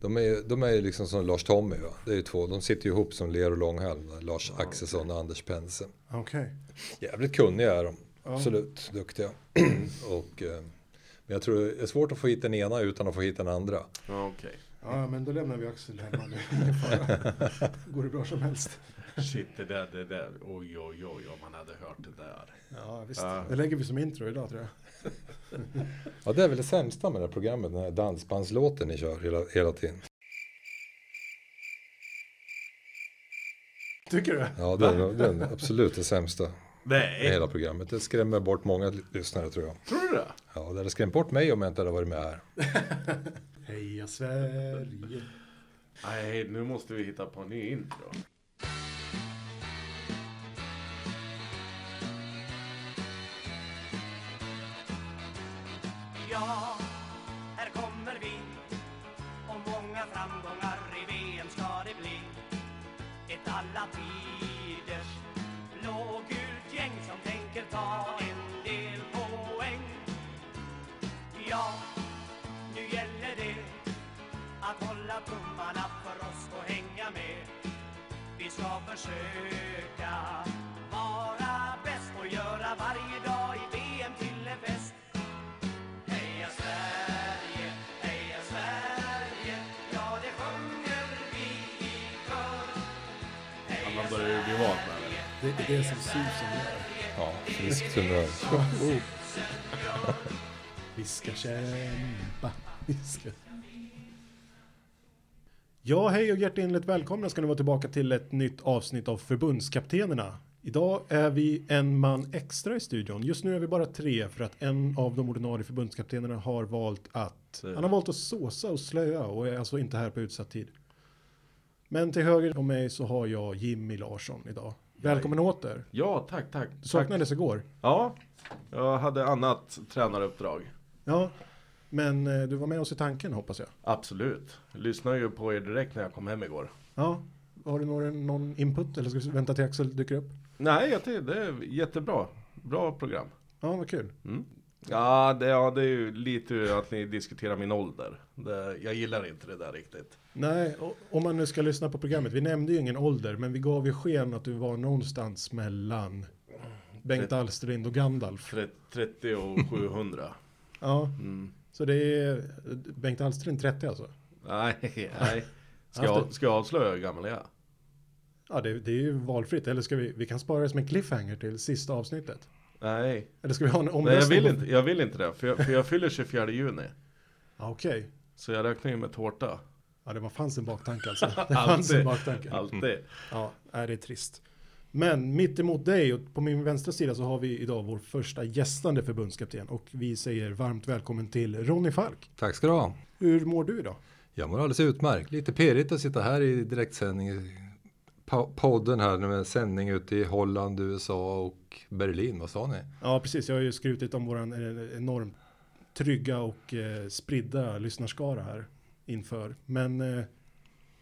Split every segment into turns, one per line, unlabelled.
De är ju, de är ju liksom som Lars-Tommy. va? Det är ju två. De sitter ju ihop som ler och långhalm. där, Lars Axelsson och Anders Pense.
Okej.
Jävligt kunniga är de.
Ja.
Absolut duktiga. och, eh, men jag tror det är svårt att få hit den ena utan att få hit den andra.
Ja, okej.
Ja, men då lämnar vi Axel hemma nu. Ingen fara. Går det bra som helst?
Shit, det där, det där. Oj, oj, oj, om man hade hört det där.
Ja, visst.
Ja.
Det lägger vi som intro idag tror jag.
Ja, det är väl det sämsta med det här programmet, den här dansbandslåten ni kör hela, hela tiden.
Tycker du?
Ja, den, den är absolut det sämsta med
Nej,
hela programmet. Det skrämmer bort många lyssnare tror jag.
Eh. tror du det?
Ja, det hade skrämt bort mig om jag inte hade varit med här.
Heja Sverige.
Nej, nu måste vi hitta på en ny intro.
Ja, här kommer vi och många framgångar i VM ska det bli. Ett alla tiders blågult gäng som tänker ta en del poäng. Ja, nu gäller det att hålla tummarna för oss och hänga med. Vi ska försöka vara bäst och göra varje dag i VM till en fest. Heja Sverige, heja Sverige, ja det sjunger vi i kör.
Ja, man börjar ju bli van med det.
Det är det som Susan gör.
Ja, friskt humör.
Oh. Vi ska kämpa. Vi ska... Ja, hej och hjärtinligt välkomna ska ni vara tillbaka till ett nytt avsnitt av Förbundskaptenerna. Idag är vi en man extra i studion. Just nu är vi bara tre för att en av de ordinarie förbundskaptenerna har valt att... Han har valt att såsa och slöa och är alltså inte här på utsatt tid. Men till höger om mig så har jag Jimmy Larsson idag. Välkommen åter.
Ja, tack, tack.
Du
tack.
saknades igår.
Ja, jag hade annat tränaruppdrag.
Ja, men eh, du var med oss i tanken hoppas jag.
Absolut. Jag lyssnade ju på er direkt när jag kom hem igår.
Ja, har du någon, någon input eller ska vi vänta till Axel dyker upp?
Nej, jag tycker det är jättebra. Bra program.
Ja, vad kul.
Ja det, ja, det är ju lite att ni diskuterar min ålder. Det, jag gillar inte det där riktigt.
Nej, o- om man nu ska lyssna på programmet. Vi nämnde ju ingen ålder, men vi gav ju sken att du var någonstans mellan Bengt Alsterlind och Gandalf.
Tre- 30 och 700.
Ja,
Mm.
så det är Bengt Alsterlind 30 alltså.
Nej, nej. Ska jag, ska jag avslöja hur gammal jag är?
Ja, det, det är ju valfritt. Eller ska vi, vi kan spara det som en cliffhanger till sista avsnittet.
Nej,
Eller ska vi ha en omröstning?
nej jag, vill inte, jag vill inte det. För jag, för jag fyller 24 juni.
Ja, okej.
Så jag räknar ju med tårta.
Ja, det var fanns en baktanke alltså. Det fanns en baktanke.
Alltid.
Ja, är det är trist. Men mitt emot dig och på min vänstra sida så har vi idag vår första gästande förbundskapten och vi säger varmt välkommen till Ronny Falk.
Tack ska du ha.
Hur mår du idag?
Jag mår alldeles utmärkt. Lite perigt att sitta här i direktsändning. i po- Podden här med sändning ute i Holland, USA och Berlin. Vad sa ni?
Ja, precis. Jag har ju skrutit om våran eh, enormt trygga och eh, spridda lyssnarskara här inför. Men, eh, ja,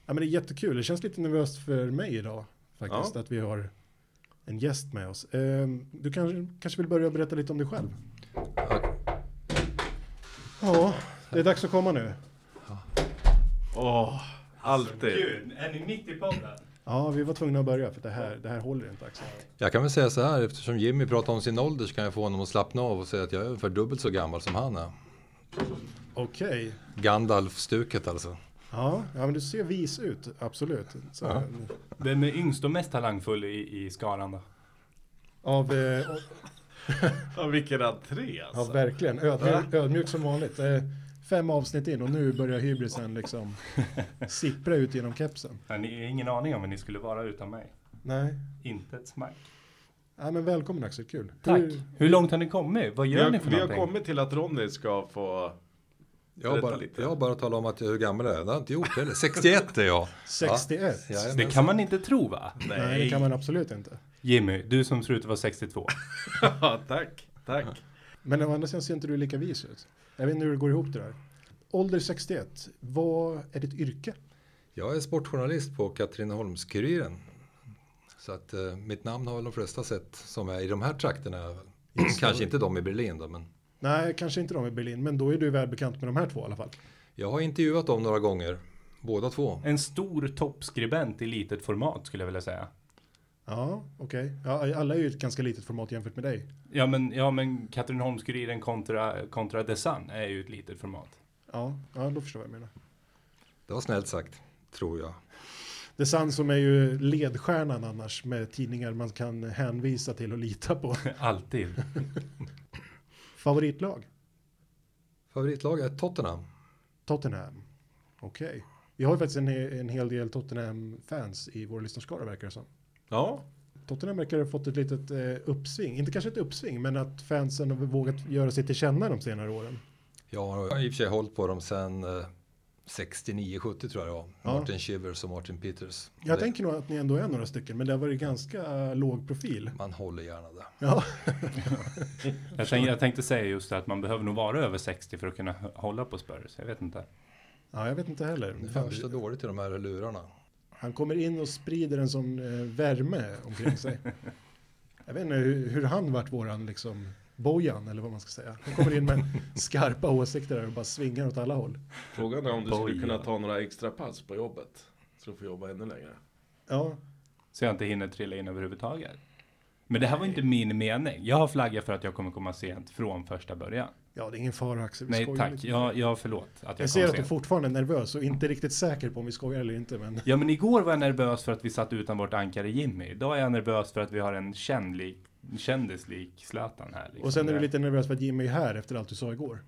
men det är jättekul. Det känns lite nervöst för mig idag faktiskt
Ja.
att vi har en gäst med oss. Eh, du kanske, kanske vill börja berätta lite om dig själv? Ja, det är dags att komma nu.
Åh, alltid.
Alltså, Gud, är ni mitt i podden?
Ja, vi var tvungna att börja för det här, det här håller inte Axel.
Jag kan väl säga så här, eftersom Jimmy pratar om sin ålder så kan jag få honom att slappna av och säga att jag är ungefär dubbelt så gammal som han är.
Okej.
Gandalf-stuket alltså.
Ja, ja, men du ser vis ut, absolut. Så,
Den är yngst och mest talangfull i, i skaran då.
Av, eh,
Ja, vilken entré
ja,
alltså.
verkligen. Ödmjuk, ödmjuk som vanligt. Eh, Fem avsnitt in och nu börjar hybrisen liksom sippra ut genom kepsen.
Ja, Ni har ingen aning om vad ni skulle vara utan mig.
Nej.
Inte ett smack.
Ja, men välkommen Axel, kul.
Tack.
Hur-
Hur långt har ni kommit? Vad
Vi
gör ni
har,
för
vi har
någonting?
kommit till att Ronny ska få...
Jag har
Berätta
bara,
lite.
jag har bara talat om att jag, hur gammal jag är. Det har jag inte gjort heller. 61 är jag.
61?
Ja, jajamän.
Det kan man inte tro va?
Nej, det kan man absolut inte.
Jimmy, du som ser ut att vara 62.
Ja, tack. Tack.
Men å andra sidan ser inte du lika vis ut. Jag vet inte hur det går ihop det där. Ålder 61, vad är ditt yrke?
Jag är sportjournalist på Katrineholms-Kuriren. Så att eh, mitt namn har väl de flesta sett som är i de här trakterna. är väl. Kanske inte de i Berlin då, men
Nej, kanske inte de i Berlin, men då är du väl bekant med de här två i alla fall.
jag har intervjuat dem några gånger. Båda två.
En stor toppskribent i litet format skulle jag vilja säga.
Ja, okej. Ja, alla är ju ett ganska litet format jämfört med dig.
Ja men, ja, men Katrineholms-Kuriren kontra, kontra The Sun är ju ett litet format.
Ja, ja, då förstår jag vad du menar.
Det var snällt sagt, tror jag.
The Sun som är ju ledstjärnan annars med tidningar man kan hänvisa till och lita på.
Alltid.
Favoritlag?
Favoritlag är Tottenham.
Tottenham. Okej. Vi har ju faktiskt en, en hel del Tottenham-fans i vår lyssnarskara verkar det som.
Ja.
Tottenham verkar ha fått ett litet eh, uppsving. Inte kanske ett uppsving, men att fansen har vågat göra sig till känna de senare åren.
Jag har i och för sig hållit på dem sedan eh, 69-70 tror jag det var.
Ja.
Martin Shivers och Martin Peters.
Jag
Det-
tänker nog att ni ändå är några stycken, men det har varit ganska låg profil.
Man håller gärna det.
Ja,
Jag tänkte, jag tänkte säga just det att man behöver nog vara över 60 för att kunna hålla på Spurs. Jag vet inte.
ja jag vet inte heller.
Det
Fan,
hörs så dåligt i de här lurarna.
Han kommer in och sprider en sån eh, värme omkring sig. Jag vet inte hur, hur han vart våran liksom Bojan eller vad man ska säga. Han kommer in med skarpa åsikter där och bara svingar åt alla håll.
Frågan är om du skulle
Bojan.
kunna ta några extra pass på jobbet. Så du får jobba ännu längre.
Ja,
Så jag inte hinner trilla in överhuvudtaget. Men det här var inte min mening. Jag har flaggat för att jag kommer komma sent från första början.
ja det är ingen fara Axel. Vi
Nej
skojar
tack,
lite.
jag, jag förlåt att jag,
Jag
kom
ser att du
sent.
fortfarande är nervös och inte riktigt säker på om vi skojar eller inte. Men
Ja men igår var jag nervös för att vi satt utan vårt ankare Jimmy. Idag är jag nervös för att vi har en känd lik, en kändis lik Zlatan här. Liksom.
och sen är du
Det-
lite nervös för att Jimmy är här efter allt du sa igår.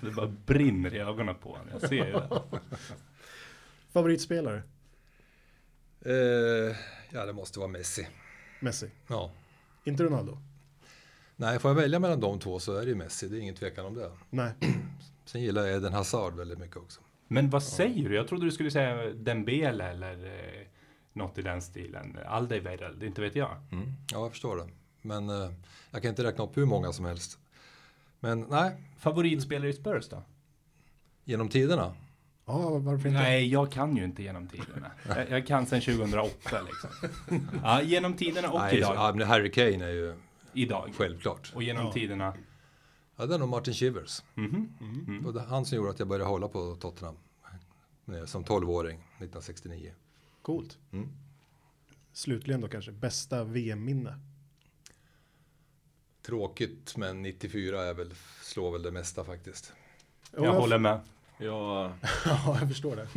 Det bara brinner i ögonen på honom. Jag ser ju det.
Favoritspelare?
Eh, ja, det måste vara Messi.
Messi.
Ja.
Inte Ronaldo?
Nej, får jag välja mellan de två så är det ju Messi. Det är ingen tvekan om det.
Nej.
Sen gillar jag Eden Hazard väldigt mycket också.
Men vad säger du? Jag trodde du skulle säga Dembele eller eh, något i den stilen. Alderweireld, inte vet jag.
Mm. Ja, jag förstår det. Men eh, jag kan inte räkna upp hur många som helst. Men nej,
Favoritspelare i Spurs då?
genom tiderna.
Ja, varför inte?
Nej, jag kan ju inte genom tiderna. Jag, jag kan sedan 2008 liksom. Ja, genom tiderna och
nej,
idag.
ja, men Harry Kane är ju
idag.
självklart.
Och genom tiderna. Mhm.
Ja, det är nog Martin Shivers. Och det är han som gjorde att jag började hålla på Tottenham. eh, Som 12-åring 1969.
Coolt.
Mm.
Slutligen då kanske, bästa VM-minne?
Tråkigt, men 94 är väl, slår väl det mesta faktiskt.
Jag håller med.
Jag
Ja, jag förstår det.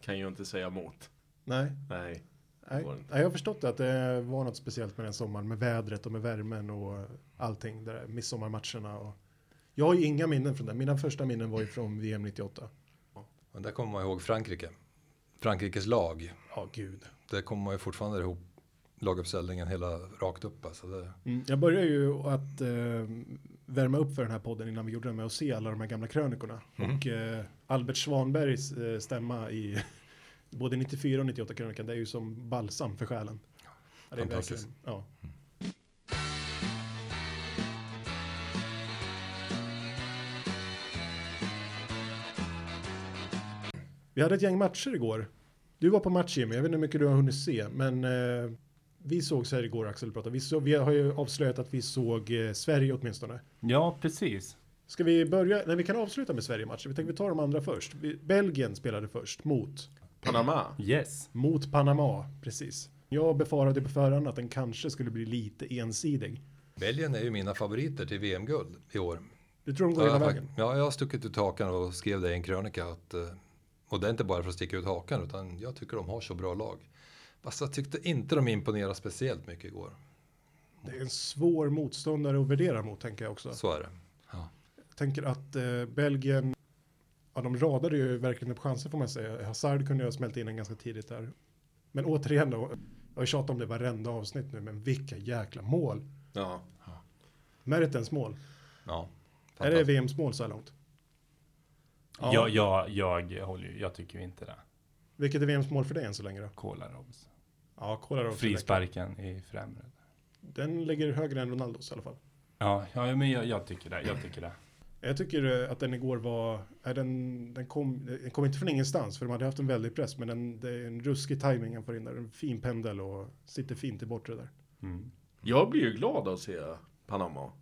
kan ju inte säga emot.
Nej.
Nej.
Nej.
Var det inte.
Nej, jag har förstått att det var något speciellt med den sommaren, med vädret och med värmen och allting, där, midsommarmatcherna och... Jag har ju inga minnen från det, mina första minnen var ju från VM 98.
Men där kommer man ihåg Frankrike. Frankrikes lag.
Ja, gud.
Det kommer man ju fortfarande ihop laguppställningen hela rakt upp. Alltså det,
Mm.
Jag började ju att eh, värma upp för den här podden innan vi gjorde den med att se alla de här gamla krönikorna.
Mm.
Och eh, Albert Svanbergs eh, stämma i både 94 och 98 krönikan, det är ju som balsam för själen. Ja, det är
Fantastiskt.
verkligen- Ja. Vi hade ett gäng matcher igår. Du var på match Jimmy, jag vet inte hur mycket du har hunnit se, men eh, vi såg så här igår Axel och pratade. Vi, så, vi har ju avslöjat att vi såg eh, Sverige åtminstone.
Ja, precis.
Ska vi börja? Nej, vi kan avsluta med Sverige-matchen. Vi tänkte vi tar de andra först. Vi, Belgien spelade först mot
Panama.
Yes.
mot Panama, precis. Jag befarade på förhand att den kanske skulle bli lite ensidig.
Belgien är ju mina favoriter till VM-guld i år.
Du tror de går
Ja,
hela
jag, har
vägen?
fakt- ja, jag har stuckit ut hakan och skrev det i en krönika. Att, eh, och det är inte bara för att sticka ut hakan utan jag tycker de har så bra lag. Fast jag tyckte inte de imponerade speciellt mycket igår.
Det är en svår motståndare att värdera mot, tänker jag också.
Så är det. Ja.
Jag tänker att eh, Belgien, ja de radade ju verkligen upp chanser får man säga. Hazard kunde ju ha smält in en ganska tidigt där. Men återigen då, jag har ju tjatat om det varenda avsnitt nu, men vilka jäkla mål.
Ja.
Meritens mål.
Ja.
Är det VMs mål så här långt?
Ja. Jag, jag, jag håller ju, jag tycker ju inte det.
Vilket är VMs mål för dig än så länge då?
Kola Robs.
Ja, kolla då.
Frisparken i främre.
Den ligger högre än Ronaldos i alla fall.
Ja, ja men jag, jag tycker det. Jag tycker det.
Jag tycker eh, att den igår var, är den, den, kom, den kom inte från ingenstans för de hade haft en väldig press men den, det är en ruskig timing han får in där, en fin pendel och sitter fint i bortre där.
Mm.
Jag blir ju glad att se Panama.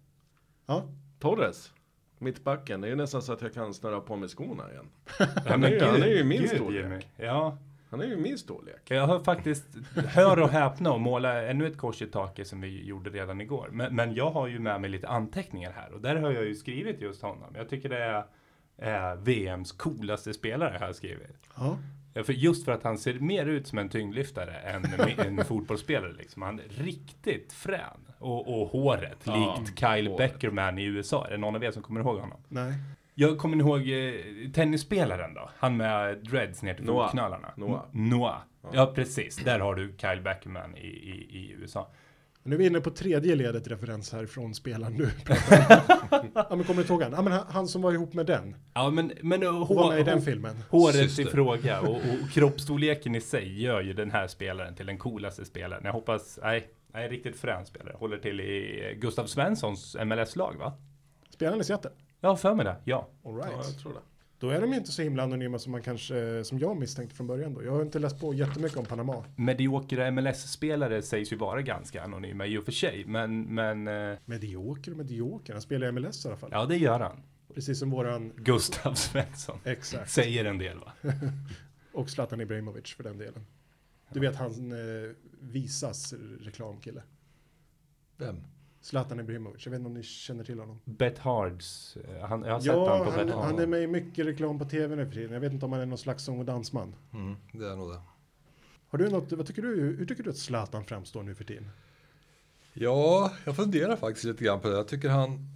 Ja,
Torres. Mittbacken, det är ju nästan så att jag kan snöra på mig skorna igen.
Ja,
Han är ju- han är ju min
gud,
storlek.
Jimmy. Ja,
Han är ju min storlek.
jag har faktiskt, hör och häpna och måla ännu ett kors i taket som vi gjorde redan igår. Men, men jag har ju med mig lite anteckningar här och där har jag ju skrivit just honom. Jag tycker det är eh, VMs coolaste spelare har jag skrivit.
Ja.
Ja, för just för att han ser mer ut som en tyngdlyftare än en en fotbollsspelare. Liksom. Han är riktigt frän. Och, och håret,
Ja,
likt Kyle
håret.
Beckerman i USA. Är det någon av er som kommer ihåg honom?
Nej.
Jag kommer ihåg eh, tennisspelaren då. Han med dreads ner till
Noah.
fotknölarna.
Noah.
N- Noah. Ja, precis. Där har du Kyle Beckerman i, i, i USA.
Nu är vi inne på tredje ledet referens här från spelaren du pratar om. ja, men kommer du inte ihåg han? Ja, men han, han som var ihop med den.
Ja, men, men eh,
Hon
hår,
var med i den filmen.
håret i
Syster.
fråga och, och kroppsstorleken i sig gör ju den här spelaren till den coolaste spelaren. Jag hoppas, nej, nej riktigt frän spelare. Håller till i eh, Gustav Svenssons MLS-lag va?
Spelaren i Seattle.
Jag har för mig det, ja.
All
Ja,
right.
jag tror det.
Då är de ju inte så himla anonyma som man kanske, som jag misstänkte från början då. Jag har inte läst på jättemycket om Panama.
Mediokra MLS-spelare sägs ju vara ganska anonyma i och för sig, men, men eh,
Medioker och medioker, han spelar i MLS i alla fall.
ja, det gör han.
Precis som våran,
Gustav Svensson.
exakt.
Säger en del va?
Och Zlatan Ibrahimovic för den delen. Du vet han eh, Visas reklamkille.
Vem?
Zlatan Ibrahimovic, jag vet inte om ni känner till honom.
Bethards, eh, han, jag har sett
Ja,
honom på
han,
Bethard.
han är med i mycket reklam på tv nu för tiden. Jag vet inte om han är någon slags sång och dansman.
Mm, det är nog det.
Har du något, vad tycker du, hur tycker du att Zlatan framstår nu för tiden?
Ja, jag funderar faktiskt lite grann på det. Jag tycker han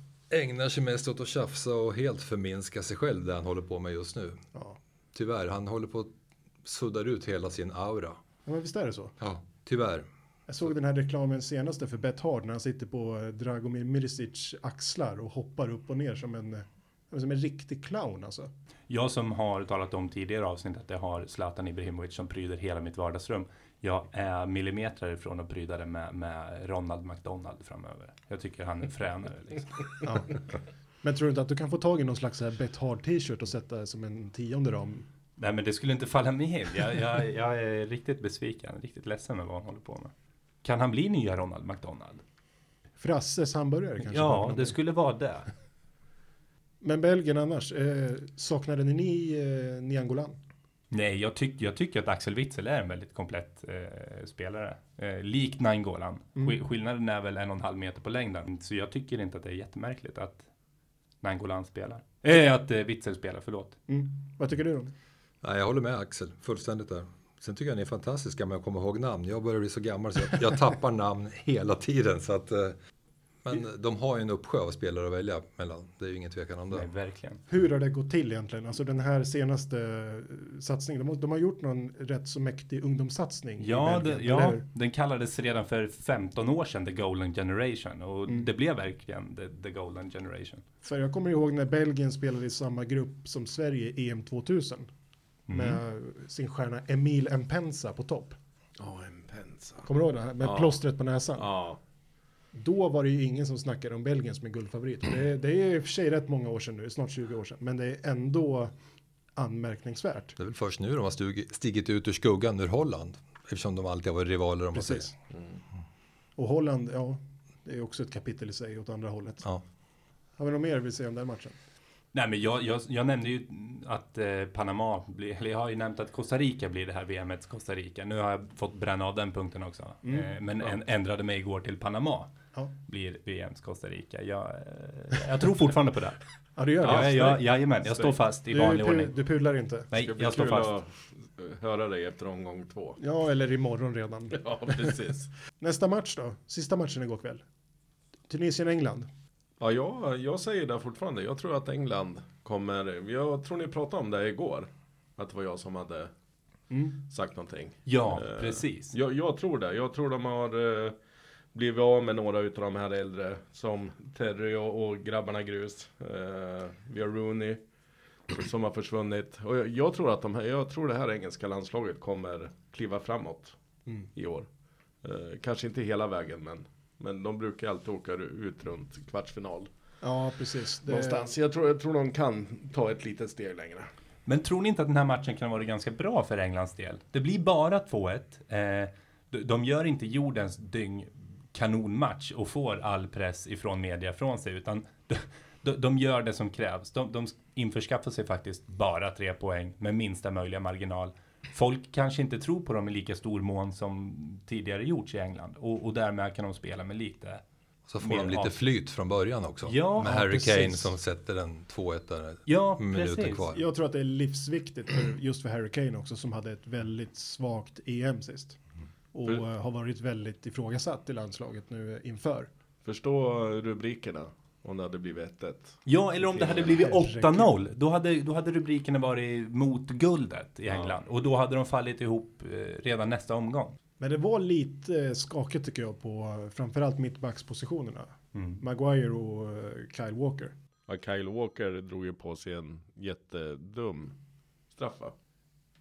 ägnar sig mest åt att tjafsa och helt förminska sig själv det han håller på med just nu.
Ja,
Tyvärr, han håller på att sudda ut hela sin aura.
ja men visst är det så.
Ja, tyvärr.
Jag såg den här reklamen senaste för Bet Hard när han sitter på eh, Dragomir Miricic axlar och hoppar upp och ner som en, eh, som en riktig clown alltså.
Jag som har talat om tidigare avsnitt att jag har Zlatan Ibrahimovic som pryder hela mitt vardagsrum. Jag är millimeter ifrån att pryda det med, med Ronald McDonald framöver. Jag tycker han är fränare liksom.
Ja. Men tror du inte att du kan få tag i någon slags så här Bet Hard t-shirt och sätta som en tionde ram?
Nej men det skulle inte falla mig in. Jag, jag, jag är riktigt besviken, riktigt ledsen med vad han håller på med. Kan han bli nya Ronald McDonald?
Frasses hamburgare kanske?
Ja, det skulle vara det.
Men Belgien annars, eh, saknade ni eh, Niangolan?
Nej, jag, tyck, jag tycker att Axel Witzel är en väldigt komplett eh, spelare. Eh, likt Nainggolan.
Mm.
Skill- Skillnaden är väl en och en halv meter på längden. Så jag tycker inte att det är jättemärkligt att Nainggolan spelar. Eh, att eh, Witzel spelar, förlåt.
Mm. Vad tycker du Ronny?
Nej, jag håller med Axel, fullständigt där. Sen tycker jag ni är fantastiska med att komma ihåg namn. Jag börjar bli så gammal så jag, jag tappar namn hela tiden. Så att, eh, men de har ju en uppsjö av spelare att välja mellan. Det är ju ingen tvekan om
Nej,
det.
verkligen.
Hur har det gått till egentligen? Alltså den här senaste eh, satsningen, de har, de har gjort någon rätt så mäktig ungdomssatsning i
Ja,
Belgien,
det,
eller
ja
hur?
den kallades redan för 15 år sedan The Golden Generation. Och
Mm.
det blev verkligen The, the Golden Generation.
För jag kommer ihåg när Belgien spelade i samma grupp som Sverige i EM 2000.
Mm.
Med sin stjärna Emil Mpensa på topp.
Ja, en pensa.
Kommer du ihåg det? här? Med
Ja.
plåstret på näsan.
Ja.
Då var det ju ingen som snackade om Belgien som en guldfavorit. Och Det, det är i och för sig rätt många år sedan nu, snart 20 år sedan. Men det är ändå anmärkningsvärt.
Det är väl först nu de har stug, stigit ut ur skuggan ur Holland. Eftersom de alltid har varit rivaler om man säger.
Precis. Och Holland, ja, det är också ett kapitel i sig åt andra hållet.
Ja.
Har vi något mer vi vill säga om den matchen?
Nej, men jag, jag, jag nämnde ju att eh, Panama blir, eller jag har ju nämnt att Costa Rica blir det här VMets Costa Rica. Nu har jag fått bränna av den punkten också.
Mm,
eh, men en, ändrade mig igår till Panama
Ja,
blir VMs Costa Rica. Jag, eh, jag tror fortfarande på det.
ja du gör det.
ja, jag,
snyggt.
jajamän, jag står
Snyggt.
fast i
du,
vanlig
pu-
ordning.
du pular inte.
Nej,
typ- Ska bli
jag står
kul
fast.
att eh, höra dig efter omgång två.
Ja, eller imorgon redan.
Ja, precis.
Nästa match då? Sista matchen igår kväll. Tunisien-England.
Ja, jag, jag säger det fortfarande. Jag tror att England kommer... Jag tror ni pratade om det igår. Att det var jag som hade sagt någonting.
Ja,
Eh,
precis.
Jag, jag tror det. Jag tror de har eh, blivit av med några utav de här äldre. Som Terry och, och grabbarna Grus. Eh, vi har Rooney. Som har försvunnit. Och jag, jag, tror att de här, jag tror det här engelska landslaget kommer kliva framåt i år. Eh, kanske inte hela vägen men, men de brukar alltid åka ut runt kvartsfinal.
Ja, precis. Det-
Någonstans. Jag tror, jag tror de kan ta ett litet steg längre.
Men tror ni inte att den här matchen kan vara ganska bra för Englands del? Det blir bara 2-1. Eh, de- de gör inte jordens dyng kanonmatch och får all press ifrån media från sig, utan de, de, de gör det som krävs. De, de införskaffar sig faktiskt bara tre poäng med minsta möjliga marginal. Folk kanske inte tror på dem i lika stor mån som tidigare gjorts i England och, och därmed kan de spela med lite.
Så får
Mer
de lite
av-
flyt från början också.
Ja,
med Harry
precis.
Kane som sätter en 2-1 där
Ja,
minuten
precis.
kvar.
Jag tror att det är livsviktigt för, just för Harry Kane också som hade ett väldigt svagt EM sist. Och
För-
eh, har varit väldigt ifrågasatt i landslaget nu eh, inför.
Förstå rubrikerna om det hade blivit 1-1.
Ja, eller om det hade blivit
Herregud.
8-0. Då hade, då hade rubrikerna varit mot guldet i England. Och då hade de fallit ihop eh, redan nästa omgång.
Men det var lite eh, skakigt tycker jag på eh, framförallt mittbackspositionerna. Maguire och eh, Kyle Walker.
Ja, Kyle Walker drog ju på sig en jättedum straff va?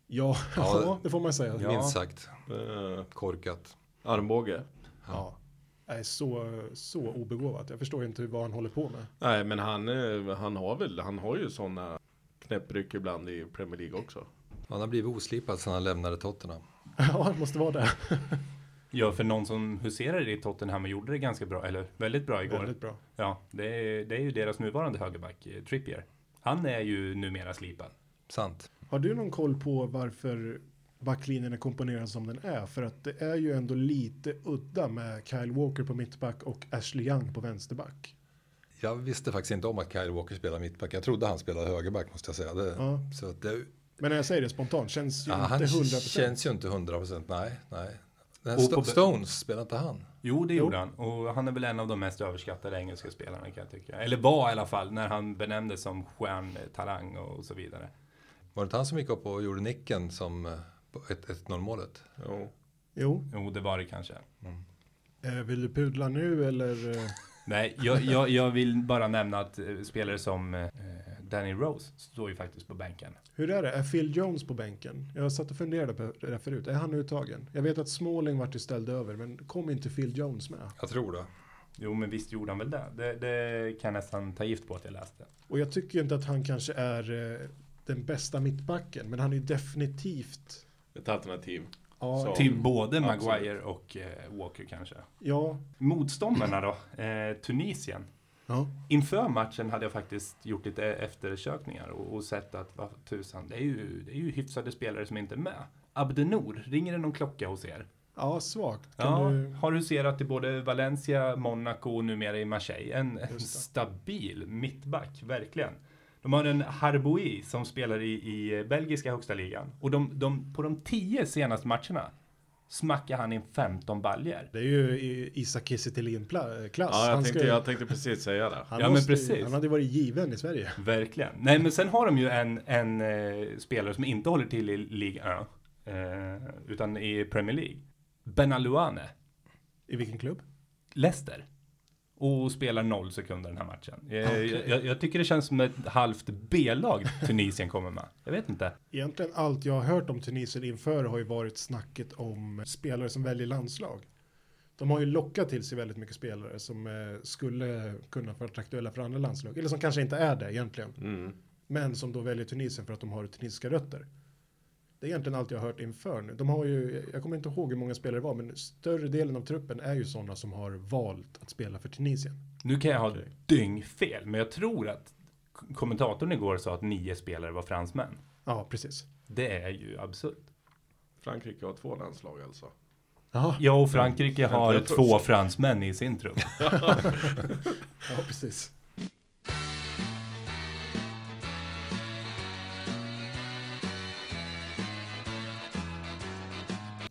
Ja,
Ja,
ja det får man säga.
Ja.
Minst sagt
Eh,
korkat.
armbåge.
Ja. Jag är så, så obegåvat. Jag förstår inte vad han håller på med.
Nej, men han, eh, han har väl, han har ju sådana knäppryck ibland i Premier League också.
Han har blivit oslipad sedan han lämnade Tottenham.
ja, han måste vara där.
Ja, för någon som huserade i Tottenham och gjorde det ganska bra, eller väldigt bra igår.
Väldigt bra.
Ja, det är, det är ju deras nuvarande högerback, eh, Trippier. Han är ju numera slipad.
Sant.
Har du någon koll på varför backlinjen är komponerad som den är? För att det är ju ändå lite udda med Kyle Walker på mittback och Ashley Young på vänsterback.
Jag visste faktiskt inte om att Kyle Walker spelar mittback. Jag trodde han spelade högerback måste jag säga. Det,
Ja.
så att det,
Men när jag säger det spontant känns ju
ja, han
inte hundra procent.
känns ju inte 100 procent. Nej, nej. Den här
Och på
Sto-
bä-
Stones, spelar inte han?
Jo, det gjorde han. Och han är väl en av de mest överskattade engelska spelarna kan jag tycka. Eller var i alla fall, när han benämndes som stjärntalang och så vidare.
Var det inte han som gick upp och gjorde nicken som eh, på 1-0 målet?
Jo.
Jo,
Jo, det var det kanske.
eh, vill du pudla nu eller? eh,
Nej, jag, jag, jag vill bara nämna att eh, spelare som eh, Danny Rose står ju faktiskt på bänken.
Hur är det? Är Phil Jones på bänken? Jag satt och funderade på det där förut. Är han uttagen? Jag vet att Smalling vart ju ställd över, men kom inte Phil Jones med?
Jag tror det.
Jo, men visst gjorde han väl det. Det, det kan jag nästan ta gift på att jag läste.
Och jag tycker ju inte att han kanske är eh, den bästa mittbacken, men han är ju definitivt...
Ett alternativ.
Ja,
Så.
Till både
absolut.
Maguire och eh, Walker kanske.
ja,
Motståndarna då? Eh, Tunisien.
ja.
Inför matchen hade jag faktiskt gjort lite eftersökningar och, och sett att vad tusan, det är, ju, det är ju hyfsade spelare som inte är med. Abdenor, ringer det någon klocka hos er?
Ja, svagt. Kan
Ja,
du...
har huserat i både Valencia, Monaco och numera i Marseille. En, en stabil mittback, verkligen. De har en Harboui som spelar i, i belgiska högsta ligan. Och de, de, på de tio senaste matcherna smackar han in 15 baljer.
Det är ju i- Isak Kiese Thelin-klass.
Ja, jag
Han
tänkte,
ska ju-
jag tänkte precis säga det.
han
Ja, men
måste ju-
precis.
Han hade varit given i Sverige.
Verkligen. Nej, men sen har de ju en, en eh, spelare som inte håller till i Liga eh, utan i Premier League. Benaluane,
I vilken klubb?
Leicester. Och spelar noll sekunder den här matchen. Eh, jag, jag, jag tycker det känns som ett halvt B-lag Tunisien kommer med. Jag vet inte.
Egentligen allt jag har hört om Tunisien inför har ju varit snacket om spelare som väljer landslag. De har ju lockat till sig väldigt mycket spelare som eh, skulle kunna vara aktuella för andra landslag. Eller som kanske inte är det egentligen.
Mm.
Men som då väljer Tunisien för att de har tunisiska rötter. Det är egentligen allt jag har hört inför nu. De har ju, jag kommer inte ihåg hur många spelare det var, men större delen av truppen är ju sådana som har valt att spela för Tunisien.
Nu kan jag ha dyngfel, men jag tror att k- kommentatorn igår sa att nio spelare var fransmän.
Ja, precis.
Det är ju absurt.
Frankrike har två landslag alltså.
Ja,
Ja, och Frankrike har
jag tror-
två fransmän i sin trupp.
ja precis.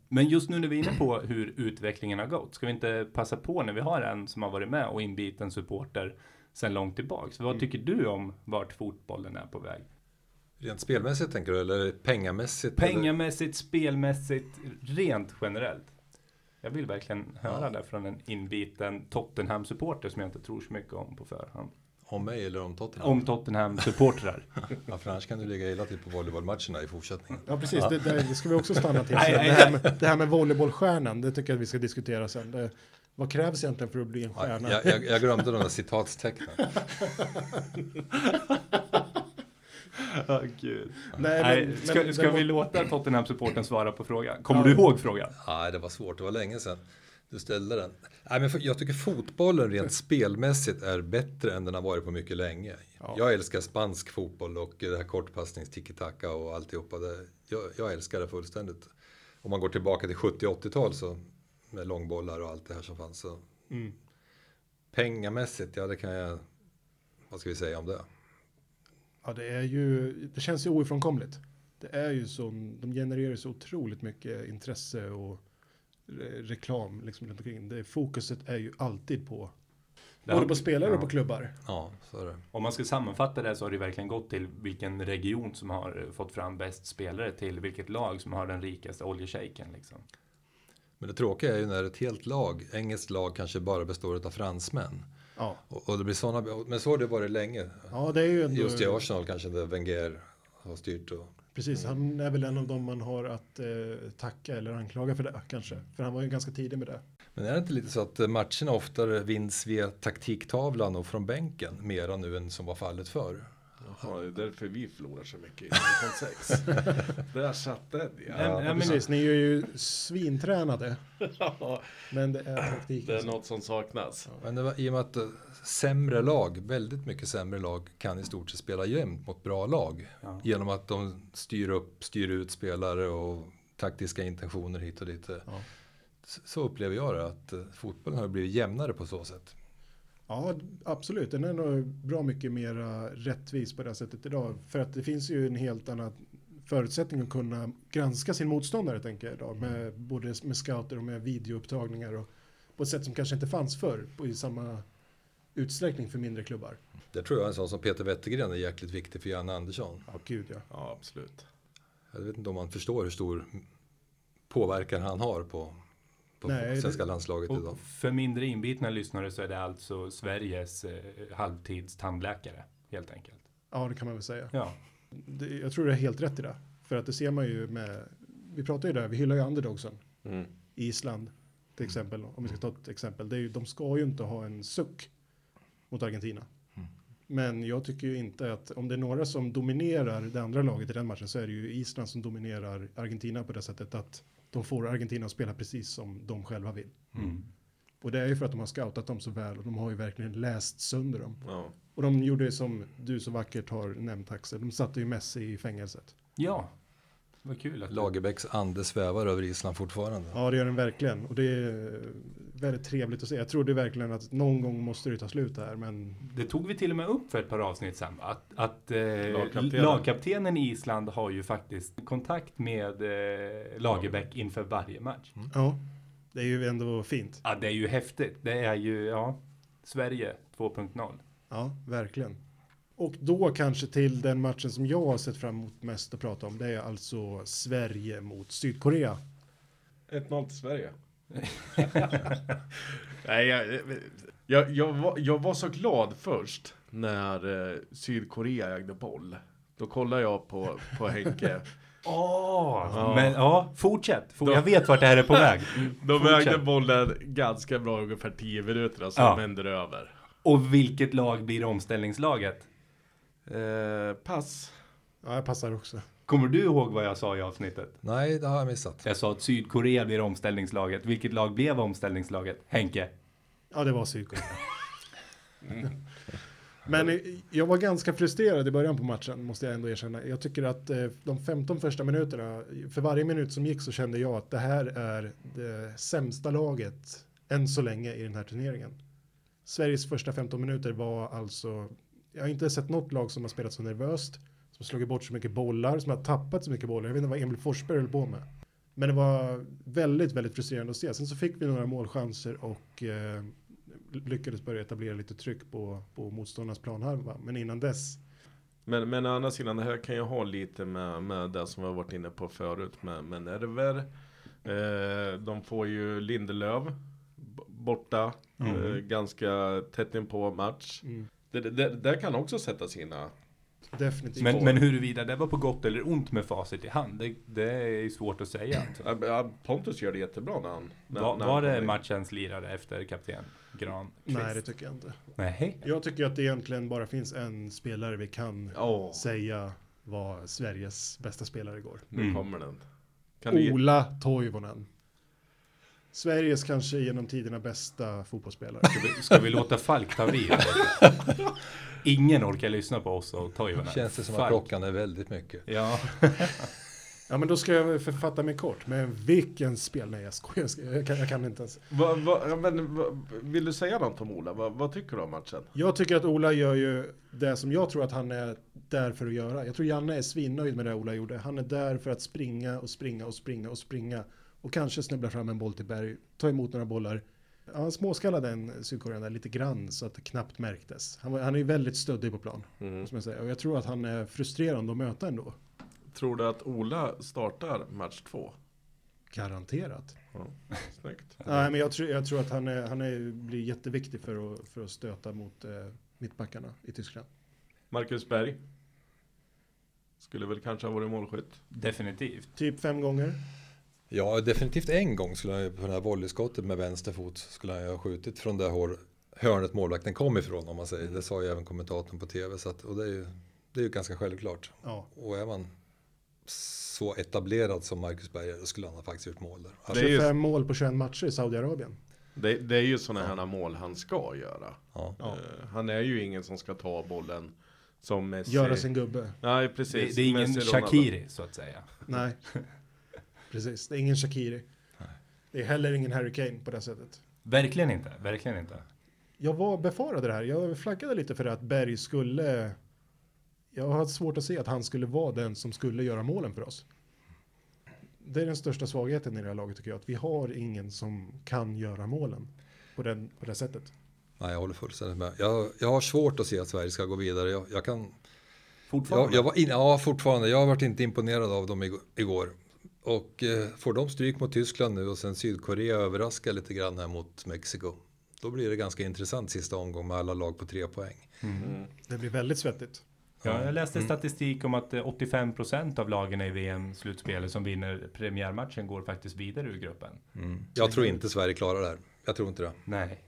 Men just nu när vi är inne på hur utvecklingen har gått, ska vi inte passa på när vi har en som har varit med och inbiten supporter sedan långt tillbaks? Vad tycker du om vart fotbollen är på väg?
Rent spelmässigt tänker du eller pengamässigt? eller?
Pengamässigt, spelmässigt, rent generellt. Jag vill verkligen höra det från en inbiten Tottenham-supporter som jag inte tror så mycket om på förhand.
Om mig eller om Tottenham?
Om Tottenham-supportrar.
Ja, för annars kan du ligga illa till på volleybollmatcherna i fortsättningen.
Ja precis, det, det, det ska vi också stanna till.
Nej,
sen.
nej,
det, här med, det här med volleybollstjärnan, det tycker jag att vi ska diskutera sen. Det, vad krävs egentligen för att bli en
Ja,
stjärna?
jag, jag, jag glömde de där citatstecknen.
oh, gud.
Nej,
Nej,
men-
ska
men-
ska
men-
vi låta Tottenham-supporten svara på frågan? Kommer du ihåg frågan?
Nej, det var svårt. Det var länge sedan. Du ställde den. Nej, men för- jag tycker fotbollen rent spelmässigt är bättre än den har varit på mycket länge. Jag älskar spansk fotboll och det här kortpassnings tiki-taka och alltihopa. Det, jag, jag älskar det fullständigt. Om man går tillbaka till 70 80-tal så med långbollar och allt det här som fanns. Så. Pengamässigt, ja det kan jag... Vad ska vi säga om det?
Ja, det är ju, det känns ju oifrånkomligt. Det är ju så, de genererar så otroligt mycket intresse och re- reklam liksom runt omkring. Det, fokuset är ju alltid på,
Det
både
har-
på spelare och
ja.
på klubbar.
Ja, så är det.
Om man ska sammanfatta det så har det verkligen gått till vilken region som har eh, fått fram bäst spelare till vilket lag som har den rikaste oljeshejken. Liksom.
Men det tråkiga är ju när ett helt lag, engelskt lag kanske bara består av fransmän.
Ja,
Och, och det blir sådana, men så har det varit länge.
ja det är ju ändå,
Just i Arsenal kanske där Wenger har styrt. Och,
precis, han är väl en av dem man har att eh, tacka eller anklaga för det kanske. För han var ju ganska tidig med det.
men är det inte lite så att eh, matcherna oftare vinns via taktiktavlan och från bänken mera nu än som var fallet förr?
Ja, det är därför vi förlorar så mycket i 2006. Där satt den ja.
Ja, men-
precis, ni är ju svintränade. Men det är
Det är
taktiken.
något som saknas.
Men det var, i och med att eh, sämre lag, väldigt mycket sämre lag kan i stort sett spela jämnt mot bra lag.
Ja.
Genom att de styr upp, styr ut spelare och taktiska intentioner hit och dit. eh.
Ja.
S- Så upplever jag det, att eh, fotbollen har blivit jämnare på så sätt.
Ja, absolut. Den är nog bra mycket mer äh, rättvis på det här sättet idag. För att det finns ju en helt annan förutsättning att kunna granska sin motståndare tänker jag idag. Med, både med scouter och med videoupptagningar. Och, på ett sätt som kanske inte fanns förr på, i samma utsträckning för mindre klubbar.
Där tror jag en sån som Peter Wettergren är jäkligt viktig för Janne Andersson.
Ja, gud ja.
Ja, absolut.
Jag vet inte om man förstår hur stor påverkan han har på, på
Nej, det-
svenska landslaget idag.
Och för mindre inbitna lyssnare så är det alltså Sveriges eh, halvtidstandläkare helt enkelt.
Ja, det kan man väl säga.
Ja,
Det, jag tror det är helt rätt i det. För att det ser man ju med, vi pratar ju där, vi hyllar ju underdogsen.
Mm.
Island till exempel, om vi ska ta ett exempel. Det är ju, de ska ju inte ha en suck mot Argentina. Men jag tycker ju inte att om det är några som dominerar det andra laget i den matchen så är det ju Island som dominerar Argentina på det sättet att de får Argentina att spela precis som de själva vill.
Mm.
Och det är ju för att de har scoutat dem så väl och de har ju verkligen läst sönder dem.
Ja.
Och de gjorde ju som du så vackert har nämnt Axel, de satte ju Messi i fängelset.
ja. vad kul. Att
Lagerbäcks ande svävar över Island fortfarande.
Ja, det gör den verkligen. Och det är väldigt trevligt att se. Jag trodde verkligen att någon gång måste det ta slut här, men
Det tog vi till och med upp för ett par avsnitt sen. va? Att, att eh,
Lagkaptenen.
lagkaptenen. i Island har ju faktiskt kontakt med eh, Lagerbäck inför varje match.
ja, det är ju ändå fint.
Ja, det är ju häftigt. Det är ju, ja, Sverige 2.0.
Ja, verkligen. Och då kanske till den matchen som jag har sett fram emot mest att prata om. Det är alltså Sverige mot Sydkorea.
1-0 till Sverige. Nej, jag, jag, jag, var, jag var så glad först när eh, Sydkorea ägde boll. Då kollade jag på, på Henke.
Åh! Men ja, fortsätt. For- jag vet vart det här är på väg.
De
Fortsätt.
ägde bollen ganska bra ungefär 10 minuter, alltså
Ja.
de vände det över.
Och vilket lag blir omställningslaget?
Eh, pass.
Ja, jag passar också.
Kommer du ihåg vad jag sa i avsnittet?
Nej, det har jag missat.
Jag sa att Sydkorea blir omställningslaget. Vilket lag blev omställningslaget? Henke.
Ja, det var Sydkorea. Men eh, jag var ganska frustrerad i början på matchen, måste jag ändå erkänna. Jag tycker att eh, de 15 första minuterna, för varje minut som gick så kände jag att det här är det sämsta laget än så länge i den här turneringen. Sveriges första 15 minuter var alltså, jag har inte sett något lag som har spelat så nervöst, som slagit bort så mycket bollar, som har tappat så mycket bollar. Jag vet inte vad Emil Forsberg höll på med. Men det var väldigt, väldigt frustrerande att se. Sen så fick vi några målchanser och eh, lyckades börja etablera lite tryck på, på motståndarnas planhalva. Men innan dess,
Men, men å andra sidan, det här kan ju ha lite med, med det som vi har varit inne på förut med, med nerver. Eh, de får ju Lindelöf b- borta, eh, ganska tätt in på match. Det, det, det kan också sätta sina...
definitivt.
Men, men huruvida det var på gott eller ont med facit i hand, det, det är ju svårt att säga. Alltså.
Ja, ja, Pontus gör det jättebra när han... När,
Var,
när
var
han
det
kommer in.
matchens lirare efter kapten Granqvist?
Nej, det tycker jag inte.
Nej.
Jag tycker att det egentligen bara finns en spelare vi kan
Ja,
säga var Sveriges bästa spelare igår.
nu kommer den. Kan du,
Ola Toivonen. Sveriges kanske genom tiderna bästa fotbollsspelare.
Ska vi, ska vi låta Falk ta vid? Ingen orkar lyssna på oss och Toivonen.
Känns det som att
Falk.
klockan är väldigt mycket.
Ja,
Ja men då ska jag författa mig kort. Men vilken spel, nej jag skojar, jag ska- jag kan, jag kan inte ens.
Va, va, ja, men, va, vill du säga något om Ola? Va, vad tycker du om matchen?
Jag tycker att Ola gör ju det som jag tror att han är där för att göra. Jag tror Janne är svinnöjd med det Ola gjorde. Han är där för att springa och springa och springa och springa. Och kanske snubbla fram en boll till Berg, ta emot några bollar. Ja, Han småskallade en sydkorean där lite grann så att det knappt märktes. Han, var, han är ju väldigt stöddig på plan.
Mm.
Som jag säger. Och jag tror att han är frustrerande att möta ändå.
Tror du att Ola startar match två?
Garanterat.
Snyggt.
Nej, men jag tror, jag tror att han, är, han är, blir jätteviktig för att, för att stöta mot eh, mittbackarna i Tyskland.
Marcus Berg. Skulle väl kanske ha varit målskytt.
definitivt.
Typ fem gånger.
Ja, definitivt en gång skulle han ju på det här volleyskottet med vänster fot skulle han ju ha skjutit från det hår, hörnet målvakten kom ifrån om man säger.
Mm.
Det sa ju även kommentatorn på tv så att, och det är, ju, det är ju ganska självklart.
Ja.
Och är man så etablerad som Marcus Berger då skulle han ha faktiskt gjort mål där. Alltså,
Det är ju-
25 mål på 21 matcher i Saudiarabien.
Det, det är ju sådana här mål han ska göra.
ja.
Ja.
Eh, Han är ju ingen som ska ta bollen som Messi.
Göra sin gubbe.
Nej,
Det,
precis.
det är ingen
Messi, Ronaldo.
Shakiri så att säga.
Nej. Precis, det är ingen Shakiri. Det är heller ingen Harry Kane på det sättet.
Verkligen inte, verkligen inte.
Jag var befarade det här. Jag flaggade lite för det att Berg skulle... Jag har svårt att se att han skulle vara den som skulle göra målen för oss. Det är den största svagheten i det här laget tycker jag. Att vi har ingen som kan göra målen på, den, på det sättet.
Nej, jag håller fullständigt med. Jag, jag har svårt att se att Sverige ska gå vidare. Jag, jag kan
Fortfarande.
Jag, jag var in, ja, fortfarande. Jag har varit inte imponerad av dem igo- igår. Och eh, får de stryk mot Tyskland nu och sen Sydkorea överraskar lite grann här mot Mexiko. Då blir det ganska intressant sista omgång med alla lag på tre poäng.
Det blir väldigt svettigt.
Ja, Mm. jag läste statistik om att eh, 85% av lagen i VM-slutspelet som vinner premiärmatchen går faktiskt vidare ur gruppen.
Jag tror inte Sverige klarar det här. Jag tror inte det.
Nej.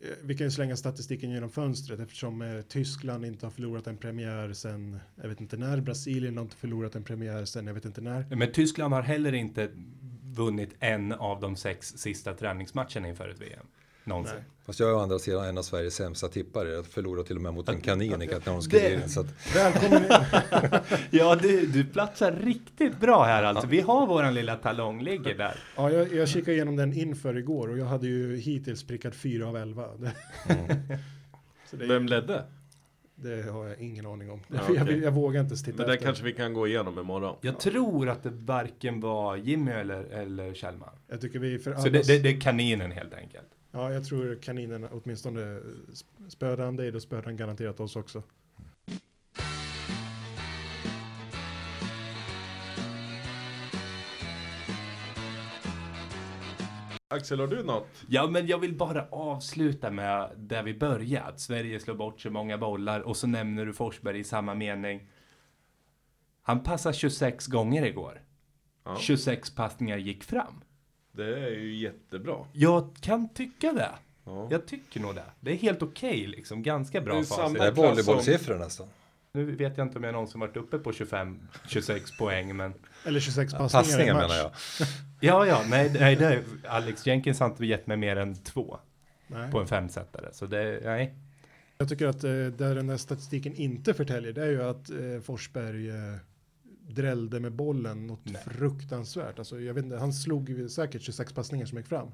Eh, Vi kan ju slänga statistiken genom fönstret eftersom eh, Tyskland inte har förlorat en premiär sen, jag vet inte när, Brasilien har inte förlorat en premiär sen, jag vet inte när.
Men Tyskland har heller inte vunnit en av de sex sista träningsmatcherna inför ett VM. Någonsin.
Nej.
Fast jag är å andra sidan en av Sveriges sämsta tippare. Jag förlorade till och med mot en kanin i
Det-
Katrineholmskuririen. Så att,
Välkommen!
Ja, du, du platsar riktigt bra här alltså. Vi har våran lilla talong ligger där.
ja, jag, jag kikade igenom den inför igår och jag hade ju hittills prickat 4 av 11. Det, Så det,
Vem ledde?
det har jag ingen aning om.
Ja,
jag,
okej.
jag vågar inte ens titta
Men det
efter.
kanske vi kan gå igenom imorgon.
Jag tror att det varken var Jimmy eller, eller Kjellman.
Jag tycker vi för
Så
allas,
det, det, det är kaninen helt enkelt.
Ja, jag tror kaninen åtminstone eh, sp- spöade han dig, då spöade han garanterat oss också.
Axel, har du något?
Ja, men jag vill bara avsluta med där vi började. Att Sverige slår bort så många bollar och så nämner du Forsberg i samma mening. Han passade 26 gånger igår.
Ja.
26 passningar gick fram.
Det är ju jättebra.
Jag kan tycka det.
Ja.
Jag tycker nog det. Det är helt okej liksom. Ganska bra
Det är
facit.
det är
samma- Klass som-
volleybollsiffror nästan.
Nu vet jag inte om jag någonsin varit uppe på 25-26 poäng, men
Eller 26 passningar, i
Passningar
en match.
menar jag.
ja, ja, nej, nej, det, Alex Jenkins har inte gett mig mer än två
Nej.
på en femsetare, så det, nej.
Jag tycker att eh, där den här statistiken inte förtäljer det är ju att eh, Forsberg eh, drällde med bollen något
Nej.
fruktansvärt. Alltså, jag vet inte, han slog ju säkert 26 passningar som gick fram.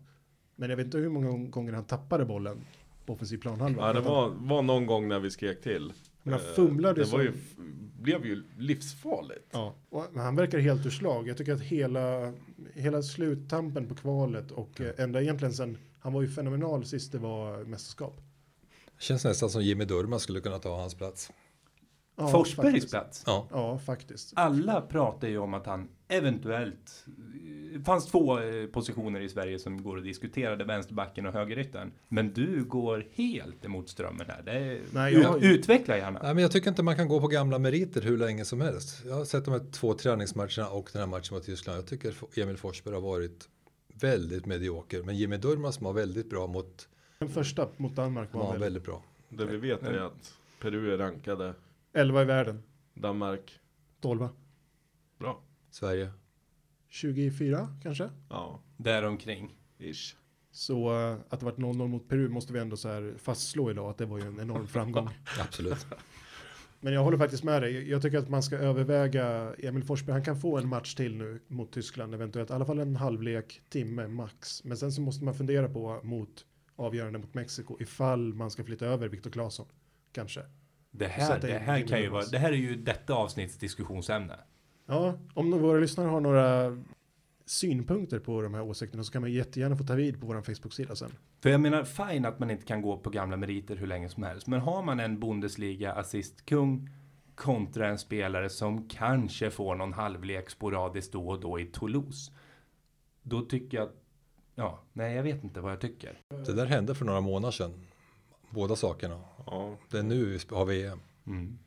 Men jag vet inte hur många gånger han tappade bollen på offensiv planhalva.
Ja, det var, var någon gång när vi skrek till.
Men han
Eh,
fumlade
Det
som-
var ju, f- blev ju livsfarligt.
Ja, och men han verkar helt ur slag. Jag tycker att hela, hela sluttampen på kvalet och eh, ända egentligen sen, han var ju fenomenal sist det var mästerskap.
Känns nästan som Jimmy Durma skulle kunna ta hans plats.
Ja,
Forsbergs
faktiskt.
plats.
Ja.
Ja, faktiskt.
Alla pratar ju om att han eventuellt... Det fanns två eh, positioner i Sverige som går att diskutera, det är vänsterbacken och högeryttern. Men du går helt emot strömmen här. Det är,
Nej,
ut,
jag-
Utveckla gärna.
Nej, men jag tycker inte man kan gå på gamla meriter hur länge som helst. Jag har sett de här två träningsmatcherna och den här matchen mot Tyskland. Jag tycker Emil Forsberg har varit väldigt medioker. Men Jimmy Durmaz var väldigt bra mot...
Den första mot Danmark
Var
var
han
han väl
väldigt bra.
Det vi vet är att Peru är rankade.
11 i världen,
Danmark,
12
bra.
Sverige.
24 kanske?
Ja.
Däromkring.
Ish.
Så eh, att det varit 0-0 mot Peru måste vi ändå så här fastslå idag att det var ju en enorm framgång.
Absolut.
Men jag håller faktiskt med dig. Jag tycker att man ska överväga Emil Forsberg. Han kan få en match till nu mot Tyskland eventuellt. I alla fall en halvlek, timme max. Men sen så måste man fundera på mot avgörande mot Mexiko ifall man ska flytta över Viktor Claesson. Kanske.
Det
Så
här,
att det-
det här
det
kan ju vara,
behövs.
det här är ju detta avsnitts diskussionsämne.
Ja, om våra lyssnare har några synpunkter på de här åsikterna så kan man jättegärna få ta vid på vår Facebook-sida sen.
För jag menar, fine att man inte kan gå på gamla meriter hur länge som helst. Men har man en Bundesliga-assistkung kontra en spelare som kanske får någon halvlek sporadiskt då och då i Toulouse. Då tycker jag att, ja, nej jag vet inte vad jag tycker.
Det där hände för några månader sedan. Båda sakerna.
Ja.
Det är nu vi sp- har VM.
Mm,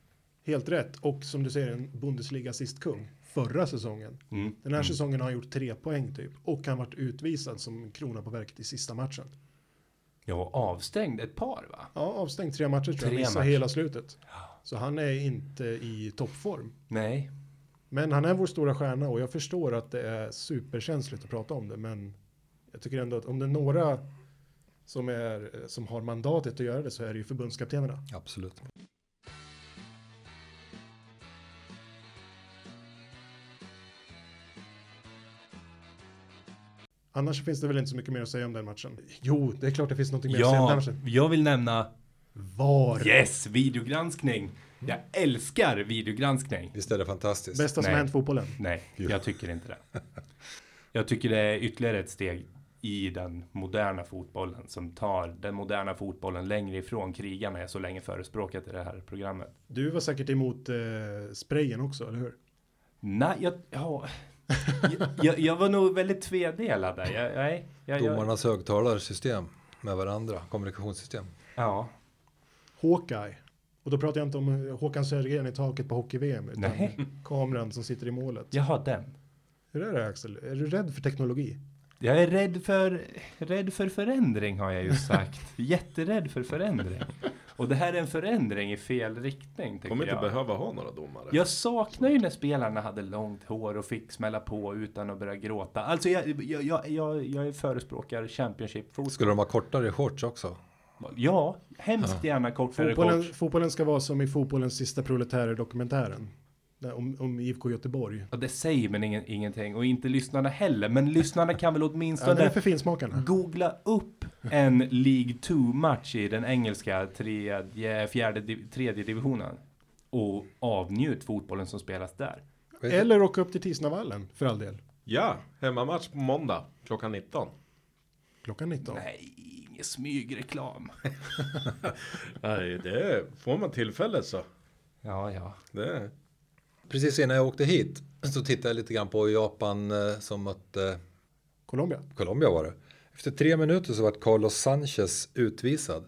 Helt rätt. Och som du säger, en Bundesliga-assistkung förra säsongen.
Mm.
Den här säsongen har han gjort tre poäng typ. Och han varit utvisad som krona på verket i sista matchen.
Ja, avstängd ett par va?
Ja, avstängd tre matcher tror
Tre
jag. Missar
matcher.
hela slutet. Så han är inte i toppform.
Nej,
Men han är vår stora stjärna och jag förstår att det är superkänsligt att prata om det. Men jag tycker ändå att om det är några som, är, som har mandatet att göra det så är det ju förbundskaptenerna.
Absolut.
Annars finns det väl inte så mycket mer att säga om den matchen. Jo, det är klart det finns något mer att säga om den
jag,
matchen.
jag vill nämna
VAR.
Yes, videogranskning. Jag älskar videogranskning.
Visst är det fantastiskt?
Bästa som
Nej.
hänt fotbollen.
Nej, jag tycker inte det. Jag tycker det är ytterligare ett steg i den moderna fotbollen som tar den moderna fotbollen längre ifrån krigarna jag så länge förespråkat i det här programmet.
Du var säkert emot eh, sprayen också, eller hur?
Nej, jag, ja, jag, jag, jag var nog väldigt tvedelad där. Jag, nej, jag, jag,
Domarnas högtalarsystem med varandra. Kommunikationssystem.
ja,
Hawkeye. Och då pratar jag inte om eh, Håkan Södergren i taket på hockey-VM, utan
Nej.
kameran som sitter i målet.
jag har den.
Hur är det Axel? Är du rädd för teknologi?
Jag är rädd för, rädd för förändring har jag ju sagt. Jätterädd för förändring. Och det här är en förändring i fel riktning. tycker
Kommer inte
jag.
behöva ha några domare.
Jag saknar ju när spelarna hade långt hår och fick smälla på utan att börja gråta. Alltså jag, jag, jag, jag, jag förespråkar Championship-fotboll.
Skulle de ha kortare shorts också?
Ja, hemskt gärna kortare
Fotbollen,
kort.
fotbollen ska vara som i fotbollens sista proletärer-dokumentären. Där Om, om IFK Göteborg.
Ja, det säger men ingen, ingenting. Och inte lyssnarna heller. Men lyssnarna kan väl
Ja, det är
åtminstone
för finsmakarna.
googla upp en League 2-match i den engelska tredje, fjärde, div- tredje divisionen. Och avnjut fotbollen som spelas där.
Vet-
Eller åka upp till Tisnavallen, för all del.
Ja, hemmamatch på måndag klockan 19.
Klockan 19.
Nej, ingen smygreklam.
Nej, det får man tillfälle så.
Ja, ja.
Det.
Precis innan jag åkte hit så tittade jag lite grann på Japan eh, som att eh,
Colombia.
Colombia var det. Efter tre minuter så var Carlos Sanchez utvisad.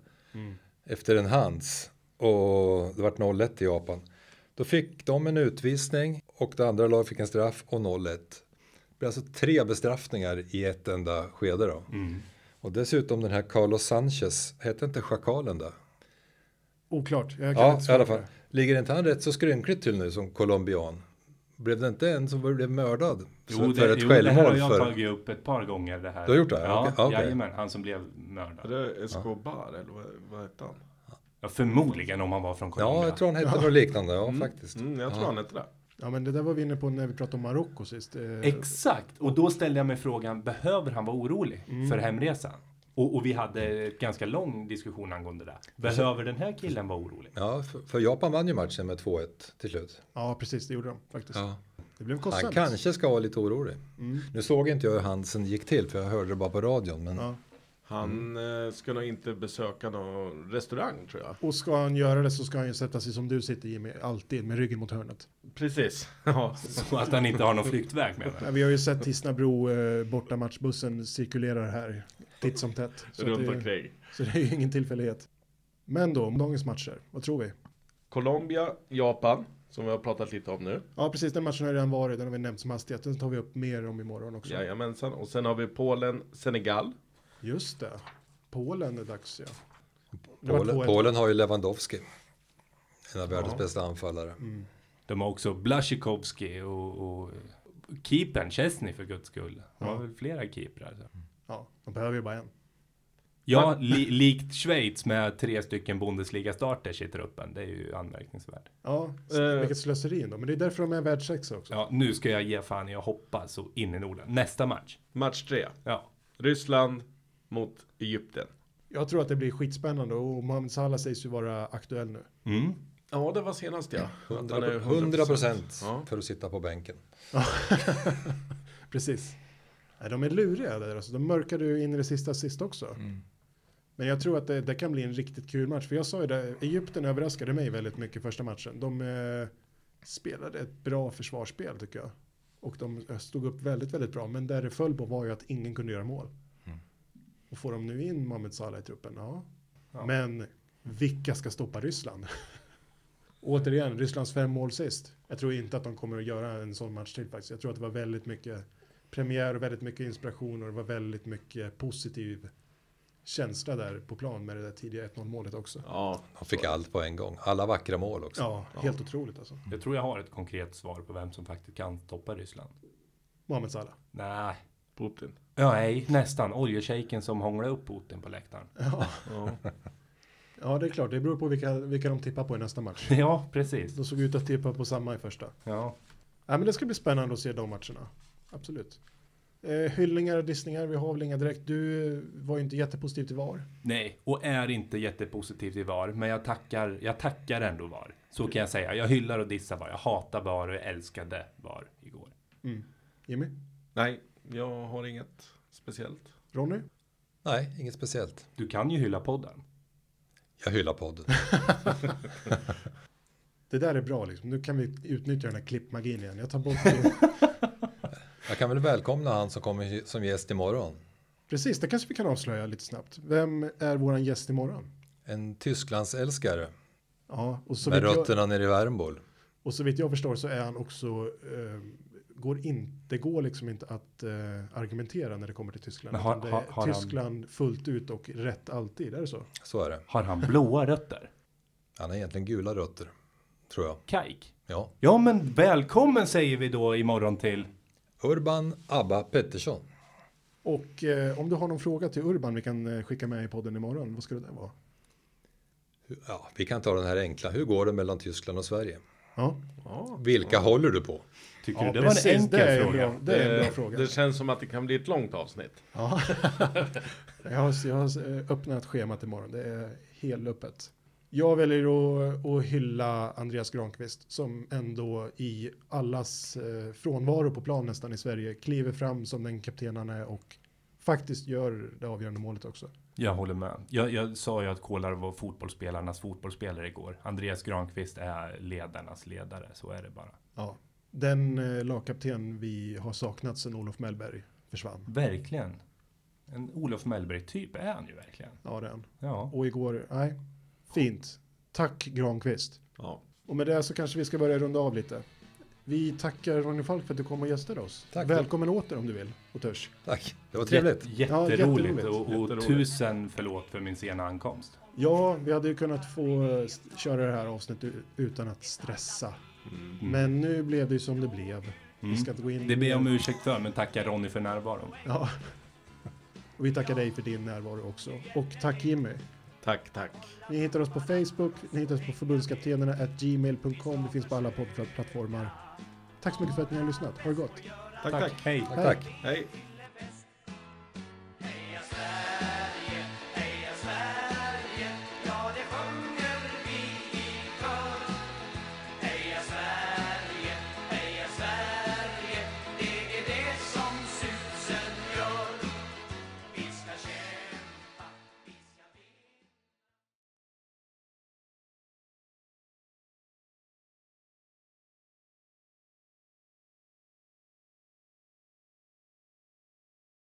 Efter en hands. Och det vart 0-1 i Japan. Då fick de en utvisning och det andra laget fick en straff och 0-1. Det blir alltså tre bestraffningar i ett enda skede då. Och dessutom den här Carlos Sanchez, hette inte schakalen där?
Oklart. Jag kan
Ja,
inte
i
svara
alla
på
fall.
det.
Ligger inte han rätt så skrynkligt till nu som colombian? Blev det inte en som blev mördad
Jo,
för,
det,
för ett
jo, det här har
självmål?
jag
För...
tagit upp ett par gånger det här.
Du har gjort det?
Ja,
Okej, okej.
jajamän. Han som blev
Är
mördad.
det Escobar eller vad, vad heter han?
Ja, förmodligen om han var från Colombia.
Ja, jag tror han hette något liknande. Ja, faktiskt.
Mm, jag tror han heter det.
Ja, men det där var vi inne på när vi pratade om Marocko sist. Eh,
Exakt, och då ställde jag mig frågan, behöver han vara orolig för hemresan? Och, och vi hade en ganska lång diskussion angående det. Behöver den här killen vara orolig?
Ja, för, för Japan vann ju matchen med 2-1 till slut.
Ja, precis. Det gjorde de faktiskt.
Ja.
Det blev
Han
kostsamt.
kanske ska vara lite orolig.
Mm.
Nu såg inte jag hur Hansen gick till, för jag hörde det bara på radion. Men
Ja.
Han eh, ska nog inte besöka någon restaurang tror jag.
Och ska han göra det så ska han ju sätta sig som du sitter Jimmy, alltid med ryggen mot hörnet.
Precis. Ja.
Så att han inte har någon flyktväg med
Ja, Vi har ju sett Tisnabro eh, borta matchbussen cirkulerar här titt som tätt. Så, att
Runt
det,
omkring.
så det är ju ingen tillfällighet. Men då, om dagens matcher, vad tror vi?
Colombia, Japan, som vi har pratat lite om nu.
Ja, precis den matchen har redan varit, den har vi nämnt som hastighet. Den tar vi upp mer om imorgon också.
Jajamensan. Och sen har vi Polen, Senegal.
Just det. Polen är dags ja. Det var
Polen,
2-1.
Polen har ju Lewandowski. En av världens bästa anfallare.
Mm.
De har också Blasjikovski och, och keepern Chesney för guds skull. De har väl flera keeprar. så.
Ja, de behöver ju bara en.
Ja, li, likt Schweiz med tre stycken Bundesliga-starters i truppen. Det är ju anmärkningsvärt.
Ja,
Eh.
vilket slöseri ändå. Men det är därför de är världsexa också.
Ja, nu ska jag ge fan, jag hoppas så in i Norden. Nästa match.
Match 3.
Ja,
Ryssland mot Egypten.
Jag tror att det blir skitspännande och Mohamed Salah sägs ju vara aktuell nu.
mm.
Ja, det var senast ja. Att han
100,
är
100 procent
Ja.
för att sitta på bänken.
Precis. Nej, de är luriga där alltså. De mörkade ju in i det sista sist också. Men jag tror att det, det kan bli en riktigt kul match. För jag sa ju det, Egypten överraskade mig väldigt mycket första matchen. De eh, spelade ett bra försvarsspel tycker jag. Och de stod upp väldigt, väldigt bra. Men där det föll på var ju att ingen kunde göra mål. Och får de nu in Mohamed Salah i truppen, ja.
Ja.
Men vilka ska stoppa Ryssland? Återigen, Rysslands fem mål sist. Jag tror inte att de kommer att göra en sån match till faktiskt. Jag tror att det var väldigt mycket premiär och väldigt mycket inspiration och det var väldigt mycket positiv känsla där på plan med det där tidiga 1-0 målet också.
Ja,
Han fick allt på en gång. Alla vackra mål också.
Ja, helt otroligt alltså.
Jag tror jag har ett konkret svar på vem som faktiskt kan toppa Ryssland.
Mohamed Salah.
Nej.
Putin.
Ja, nej, nästan. Oljeshejken som hånglar upp Putin på läktaren.
Ja.
Ja, det är klart. Det beror på vilka, vilka de tippar på i nästa match.
Ja, precis.
De såg ut att tippa på samma i första.
Ja.
Ja, men det ska bli spännande att se de matcherna. Absolut. Eh, hyllningar och dissningar, vi har väl inga direkt. Du eh, var ju inte jättepositiv till VAR.
Nej, och är inte jättepositiv till VAR, men jag tackar, jag tackar ändå VAR. Så kan jag säga. Jag hyllar och dissar VAR. Jag hatar VAR och jag älskade VAR igår.
Jimmy?
Nej, jag har inget speciellt.
Ronny?
Nej, inget speciellt.
Du kan ju hylla podden.
Jag hyllar podden.
Det där är bra liksom. Nu kan vi utnyttja den här klippmagin igen. Jag tar bort
Jag kan väl välkomna han som kommer som gäst imorgon.
Precis, det kanske vi kan avslöja lite snabbt. Vem är våran gäst imorgon?
En Tysklandsälskare
Ja, och så,
med
vitt jag,
rötterna nere i Värmboll.
och så vitt jag förstår så är han också eh, går in, det går liksom inte att eh, argumentera när det kommer till Tyskland.
Men har-
utan det
har-
är
har han-
Tyskland fullt ut och rätt alltid, är det så?
Så är det.
Har han blåa rötter?
Han har egentligen gula rötter. Tror jag.
Kajk?
Ja.
Ja, men välkommen säger vi då imorgon till
Urban Abba Pettersson.
Och eh, om du har någon fråga till Urban vi kan eh, skicka med i podden imorgon, vad skulle det vara?
Ja, vi kan ta den här enkla. Hur går det mellan Tyskland och Sverige?
Ja,
Vilka håller du på?
Tycker
ja
du det var en enkel
det är en
fråga?
Bra, det är en bra
Eh,
fråga.
Det känns som att det kan bli ett långt avsnitt.
Ja. Typ. jag, har, jag har eh, öppnat schemat imorgon, det är helöppet. Jag väljer att, att hylla Andreas Granqvist som ändå i allas eh, frånvaro på plan nästan i Sverige kliver fram som den kapten han är och faktiskt gör det avgörande målet också.
Jag håller med. Jag, jag sa ju att Kolar var fotbollsspelarnas fotbollsspelare igår. Andreas Granqvist är ledarnas ledare, så är det bara.
Ja. Den eh, lagkapten vi har saknat sedan Olof Mellberg försvann.
Verkligen. En Olof Mellberg-typ är han ju verkligen.
Ja, det är han.
Ja.
Och igår, nej, fint. Tack Granqvist.
Ja.
Och med det så kanske vi ska börja runda av lite. Vi tackar Ronny Falk för att du kom och gästade oss.
Tack.
Välkommen åter om du vill och törs.
Tack, det var trevligt.
Jätte-
Ja,
Jätteroligt.
jätteroligt.
och, och
Jätteroligt.
tusen förlåt för min sena ankomst.
Ja, vi hade ju kunnat få eh, st- köra det här avsnittet u- utan att stressa. Men nu blev det ju som det blev. Vi ska inte gå in
Mm. Det ber jag om ursäkt för, men tackar Ronny för närvaron.
Ja. Och vi tackar dig för din närvaro också. Och tack Jimmy.
Tack, tack.
Ni hittar oss på Facebook, ni hittar oss på förbundskaptenerna at gmail.com. Det finns på alla poddplattformar. Tack så mycket för att ni har lyssnat. Ha det gott.
Tack, tack.
Hej.
Tack.
Hej.